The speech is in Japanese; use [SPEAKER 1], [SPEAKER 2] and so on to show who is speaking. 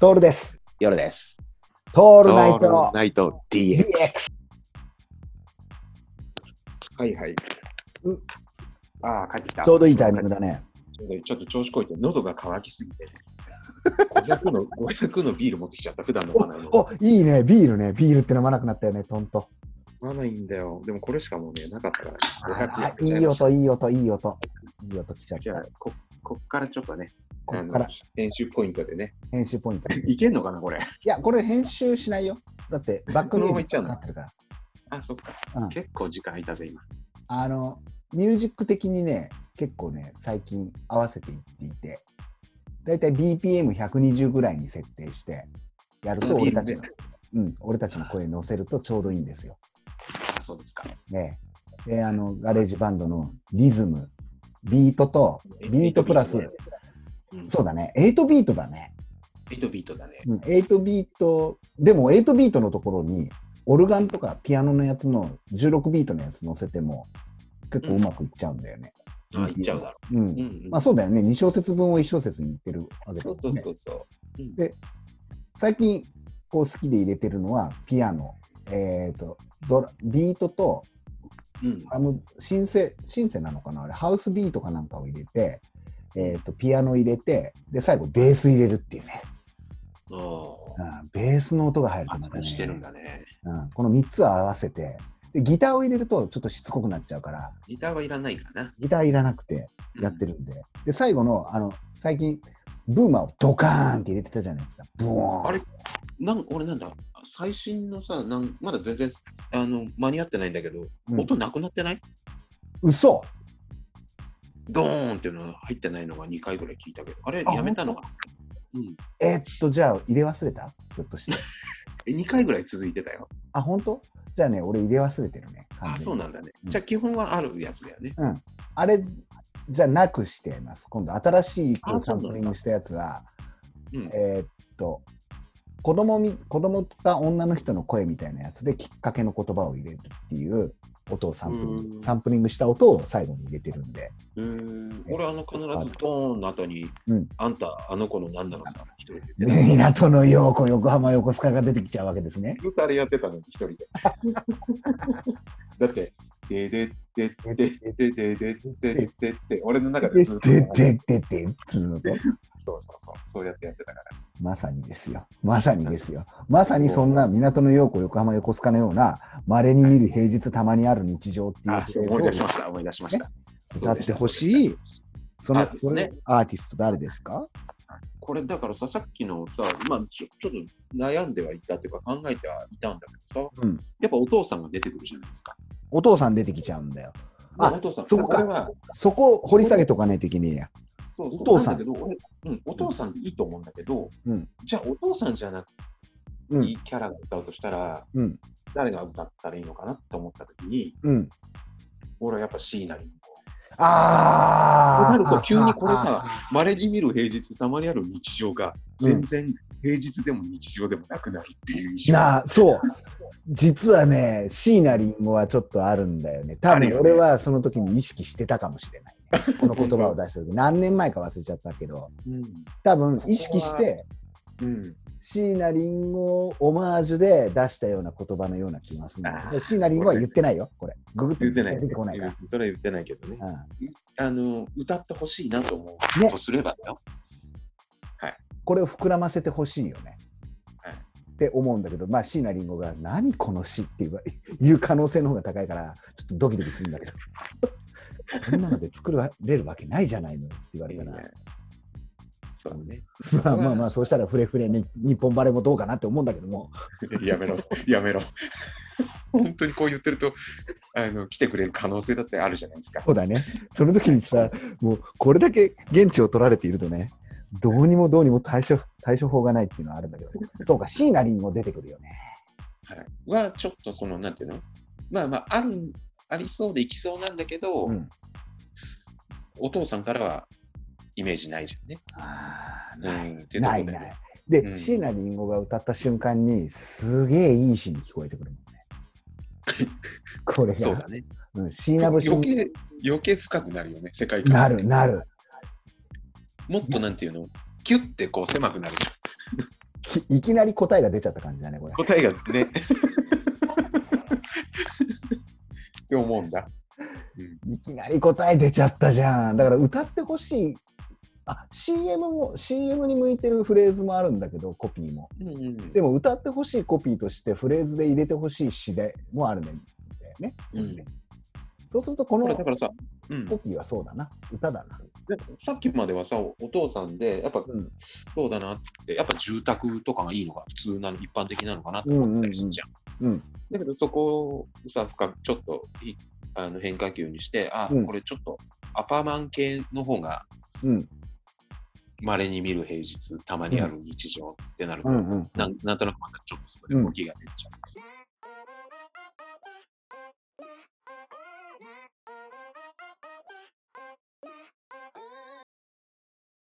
[SPEAKER 1] トールです。
[SPEAKER 2] 夜です。
[SPEAKER 1] トー
[SPEAKER 2] オ
[SPEAKER 1] ルナイト
[SPEAKER 2] ナイト DX。
[SPEAKER 1] DX。
[SPEAKER 2] はいはい。
[SPEAKER 1] うん
[SPEAKER 2] ああ、帰ってきた。
[SPEAKER 1] ちょうどいいタイミングだね。
[SPEAKER 2] ちょっと調子こいて、喉が渇きすぎて、ね。500の、500のビ ール持ってきちゃった、普段飲まないの。
[SPEAKER 1] お、いいね。ビールね。ビールって飲まなくなったよね、トント。
[SPEAKER 2] 飲まないんだよ。でもこれしかもうね、なかったから、500や
[SPEAKER 1] あ
[SPEAKER 2] っ
[SPEAKER 1] い
[SPEAKER 2] ちゃ
[SPEAKER 1] い
[SPEAKER 2] いました
[SPEAKER 1] 音、いい音、いい音。いい音来ちゃっ
[SPEAKER 2] じゃあ
[SPEAKER 1] た。、
[SPEAKER 2] こ、こっからちょっとね、
[SPEAKER 1] こ
[SPEAKER 2] あ
[SPEAKER 1] っか
[SPEAKER 2] の
[SPEAKER 1] ら
[SPEAKER 2] 編集ポイントでね。
[SPEAKER 1] 編集ポイント。い
[SPEAKER 2] いけんのかな、これ。
[SPEAKER 1] や、これ編集しないよ。だって、バックミュージックになってるから。
[SPEAKER 2] あ、そっか。
[SPEAKER 1] うん
[SPEAKER 2] 結構時間空いたぜ、今。
[SPEAKER 1] あの、ミュージック的にね、結構ね、最近合わせていっていて、だいたい BPM120 ぐらいに設定して、やると
[SPEAKER 2] うん
[SPEAKER 1] 俺たちの、
[SPEAKER 2] BPM
[SPEAKER 1] うん、俺たちの声に乗せるとちょうどいいんですよ。
[SPEAKER 2] あ、そうですか。
[SPEAKER 1] ね、で、あの、ガレージバンドのリズム、ビートと、ビートプラス、
[SPEAKER 2] うん、
[SPEAKER 1] そうだね、8ビートだね。
[SPEAKER 2] 8ビートだね。
[SPEAKER 1] うん、8ビート、でも8ビートのところに、オルガンとかピアノのやつの16ビートのやつ乗せても、結構うまくいっちゃうんだよね。
[SPEAKER 2] あ、いっちゃうだろ
[SPEAKER 1] うん
[SPEAKER 2] う。うん、うん。
[SPEAKER 1] まあそうだよね、2小節分を1小節に言ってるわけだ
[SPEAKER 2] そ
[SPEAKER 1] よ
[SPEAKER 2] う
[SPEAKER 1] ね。
[SPEAKER 2] そうそうそう。うん
[SPEAKER 1] で最近こう好きで入れてるのは、ピアノ、えー、とドラビートと
[SPEAKER 2] うん
[SPEAKER 1] あのシンセ、シンセなのかな、あれ、ハウスビートかなんかを入れて、えー、とピアノ入れて、で最後、ベース入れるっていうね、
[SPEAKER 2] あー
[SPEAKER 1] うん、ベースの音が入るとま
[SPEAKER 2] 熱
[SPEAKER 1] た
[SPEAKER 2] くしてるん
[SPEAKER 1] ね、
[SPEAKER 2] だね。
[SPEAKER 1] うん、この3つを合わせてで、ギターを入れるとちょっとしつこくなっちゃうから、
[SPEAKER 2] ギターはいらないかな。
[SPEAKER 1] ギターいらなくてやってるんで、で最後のあの最近、ブーマーをドカーンって入れてたじゃないですか、ブオーン。
[SPEAKER 2] あれうん。なん俺なんだ、最新のさ、なんまだ全然あの間に合ってないんだけど、
[SPEAKER 1] うん
[SPEAKER 2] 音なくなってない
[SPEAKER 1] 嘘
[SPEAKER 2] ドーンっていうのが入ってないのが2回ぐらい聞いたけど、あれ
[SPEAKER 1] あ
[SPEAKER 2] やめたのかなうん。
[SPEAKER 1] えーっと、じゃあ入れ忘れたひょっとして。
[SPEAKER 2] え、2回ぐらい続いてたよ。
[SPEAKER 1] あ、本当じゃあね、俺入れ忘れてるね。完
[SPEAKER 2] あ、
[SPEAKER 1] 全に
[SPEAKER 2] そうなんだね。
[SPEAKER 1] うん
[SPEAKER 2] じゃあ基本はあるやつだよね。
[SPEAKER 1] あれじゃなくしてます。今度、新しい
[SPEAKER 2] あ
[SPEAKER 1] サ
[SPEAKER 2] そう
[SPEAKER 1] ン
[SPEAKER 2] なんだ
[SPEAKER 1] プリングしたやつは、
[SPEAKER 2] うん。
[SPEAKER 1] えーっと、子供み子供か女の人の声みたいなやつできっかけの言葉を入れるっていう音をサンプリン
[SPEAKER 2] う
[SPEAKER 1] グ
[SPEAKER 2] ん
[SPEAKER 1] サンプリングした音を最後に入れてるんで、
[SPEAKER 2] うーん俺、あの、必
[SPEAKER 1] あ
[SPEAKER 2] ずドーンの後に、
[SPEAKER 1] うん
[SPEAKER 2] あんた、あの子の何なのさ、一人で言ってた。
[SPEAKER 1] 港の陽子、横浜横須賀が出てきちゃうわけですね。
[SPEAKER 2] ずっとあれやってたのに、一人で。だって、ででででででででででで俺の中で
[SPEAKER 1] で
[SPEAKER 2] ずっと。
[SPEAKER 1] ででででつうのと。
[SPEAKER 2] そうそうそう、そうやってやってたから。
[SPEAKER 1] まさにですよ。まさにですよ。まさにそんな港の陽子、横浜横須賀のような、稀に見る平日たまにある日常っていう
[SPEAKER 2] あ、そう、思い出しました、思い出しました。
[SPEAKER 1] 歌ってほしい。その
[SPEAKER 2] アーティストね
[SPEAKER 1] それアーティスト誰ですか
[SPEAKER 2] これだからさ、さっきのさ、まあちょちょっと悩んではいたっていうか、考えてはいたんだけどさ、
[SPEAKER 1] うん。
[SPEAKER 2] やっぱお父さんが出てくるじゃないですか。
[SPEAKER 1] お父さん出てきちゃうんだよ。あ
[SPEAKER 2] お父さん、
[SPEAKER 1] そうか
[SPEAKER 2] これは
[SPEAKER 1] そこを掘り下げとかねえとい的にや。
[SPEAKER 2] そうそう
[SPEAKER 1] お父さん
[SPEAKER 2] なんだけど俺うん、お父さんでいいと思うんだけど、
[SPEAKER 1] うん
[SPEAKER 2] じゃあお父さんじゃなく
[SPEAKER 1] う
[SPEAKER 2] い
[SPEAKER 1] ん。
[SPEAKER 2] いキャラが歌うとしたら、
[SPEAKER 1] うん。
[SPEAKER 2] 誰が歌ったらいいのかなって思った時に、
[SPEAKER 1] うん。
[SPEAKER 2] 俺はやっぱ椎名林檎。
[SPEAKER 1] あ
[SPEAKER 2] と
[SPEAKER 1] あ。
[SPEAKER 2] なると急にこれ
[SPEAKER 1] あ
[SPEAKER 2] が、まれに見る平日、たまにある日常が、全然平日でも日常でもなくなるっていう印象。
[SPEAKER 1] なあ、そう。実はね、椎名林檎はちょっとあるんだよね。多
[SPEAKER 2] あるよ
[SPEAKER 1] 分
[SPEAKER 2] ね
[SPEAKER 1] 俺はその時に意識してたかもしれない、ね。この言葉を出した時、何年前か忘れちゃったけど、
[SPEAKER 2] うん
[SPEAKER 1] 多分意識して、
[SPEAKER 2] うん、
[SPEAKER 1] 椎名林檎をオマージュで出したような言葉のような気がするんだけど。椎名林檎は言ってないよ、これ。ググってみ
[SPEAKER 2] 言って
[SPEAKER 1] て
[SPEAKER 2] ない。
[SPEAKER 1] 出てこないから。
[SPEAKER 2] それは言ってないけどね。
[SPEAKER 1] うん
[SPEAKER 2] あの、歌ってほしいなと思
[SPEAKER 1] ね
[SPEAKER 2] うとすればだよ。
[SPEAKER 1] これを膨らませてほしいよね。
[SPEAKER 2] はい
[SPEAKER 1] って思うんだけど、まあ、椎名林檎が何この詩って言う 言う可能性の方が高いから、ちょっとドキドキするんだけど、こんなので作られるわけないじゃないのって言われたら、
[SPEAKER 2] そうね。
[SPEAKER 1] まあまあまあ、そうしたらフレフレに日本バレーもどうかなって思うんだけども、
[SPEAKER 2] やめろ、やめろ。 本当にこう言ってるとあの、来てくれる可能性だってあるじゃないですか。
[SPEAKER 1] そうだね、その時にさ、もうこれだけ現地を取られているとね、どうにもどうにも対処対処法がないっていうのはあるんだけど、そうか、椎名林檎出てくるよね。
[SPEAKER 2] はい、は、ちょっとその、なんていうのまあまあ、ある、ありそうでいきそうなんだけど、
[SPEAKER 1] うん、
[SPEAKER 2] お父さんからはイメージないじゃんね。
[SPEAKER 1] あー
[SPEAKER 2] うん、っていうとこ
[SPEAKER 1] な
[SPEAKER 2] ろ
[SPEAKER 1] い
[SPEAKER 2] で、
[SPEAKER 1] な
[SPEAKER 2] ね
[SPEAKER 1] い。。で、
[SPEAKER 2] うん
[SPEAKER 1] 椎名林檎が歌った瞬間に、すげえいい詩に聞こえてくるもんね。 これ
[SPEAKER 2] そう
[SPEAKER 1] が
[SPEAKER 2] だ、ね。
[SPEAKER 1] うん、椎名
[SPEAKER 2] 余
[SPEAKER 1] 節に
[SPEAKER 2] 計、余計深くなるよね、世界観
[SPEAKER 1] な
[SPEAKER 2] がね、
[SPEAKER 1] るなる。
[SPEAKER 2] もっとなんていうの、キュッてこう狭くなる。
[SPEAKER 1] きいきなり答えが出ちゃった感じだね、これ。
[SPEAKER 2] 答えがね。って思うんだ。うん、
[SPEAKER 1] いきなり答え出ちゃったじゃん。だから歌ってほしい。あ、CM も、CM に向いてるフレーズもあるんだけど、コピーも。
[SPEAKER 2] うんうん
[SPEAKER 1] でも歌ってほしいコピーとして、フレーズで入れてほしい詩でもあるんだよね。
[SPEAKER 2] うん
[SPEAKER 1] そうすると、こ
[SPEAKER 2] ほ
[SPEAKER 1] の
[SPEAKER 2] らだからさ、うん、
[SPEAKER 1] コピーはそうだな。歌だな。
[SPEAKER 2] でさっきまではさ、おお父さんで、やっぱ
[SPEAKER 1] うん。
[SPEAKER 2] そうだなっつって、やっぱ住宅とかがいいのが普通なの、一般的なのかなと
[SPEAKER 1] うんうんう
[SPEAKER 2] 思っ
[SPEAKER 1] ん
[SPEAKER 2] たりするじゃん。
[SPEAKER 1] うん。
[SPEAKER 2] だけど、そこをさ、深くちょっといあの変化球にして、あ、
[SPEAKER 1] うん
[SPEAKER 2] これちょっとアパマン系の方が
[SPEAKER 1] うん。
[SPEAKER 2] まれに見る平日、たまにある日常ってなると、
[SPEAKER 1] うん。うん。
[SPEAKER 2] なんなんとなくまたちょっとそこで動きが出ちゃうんですよ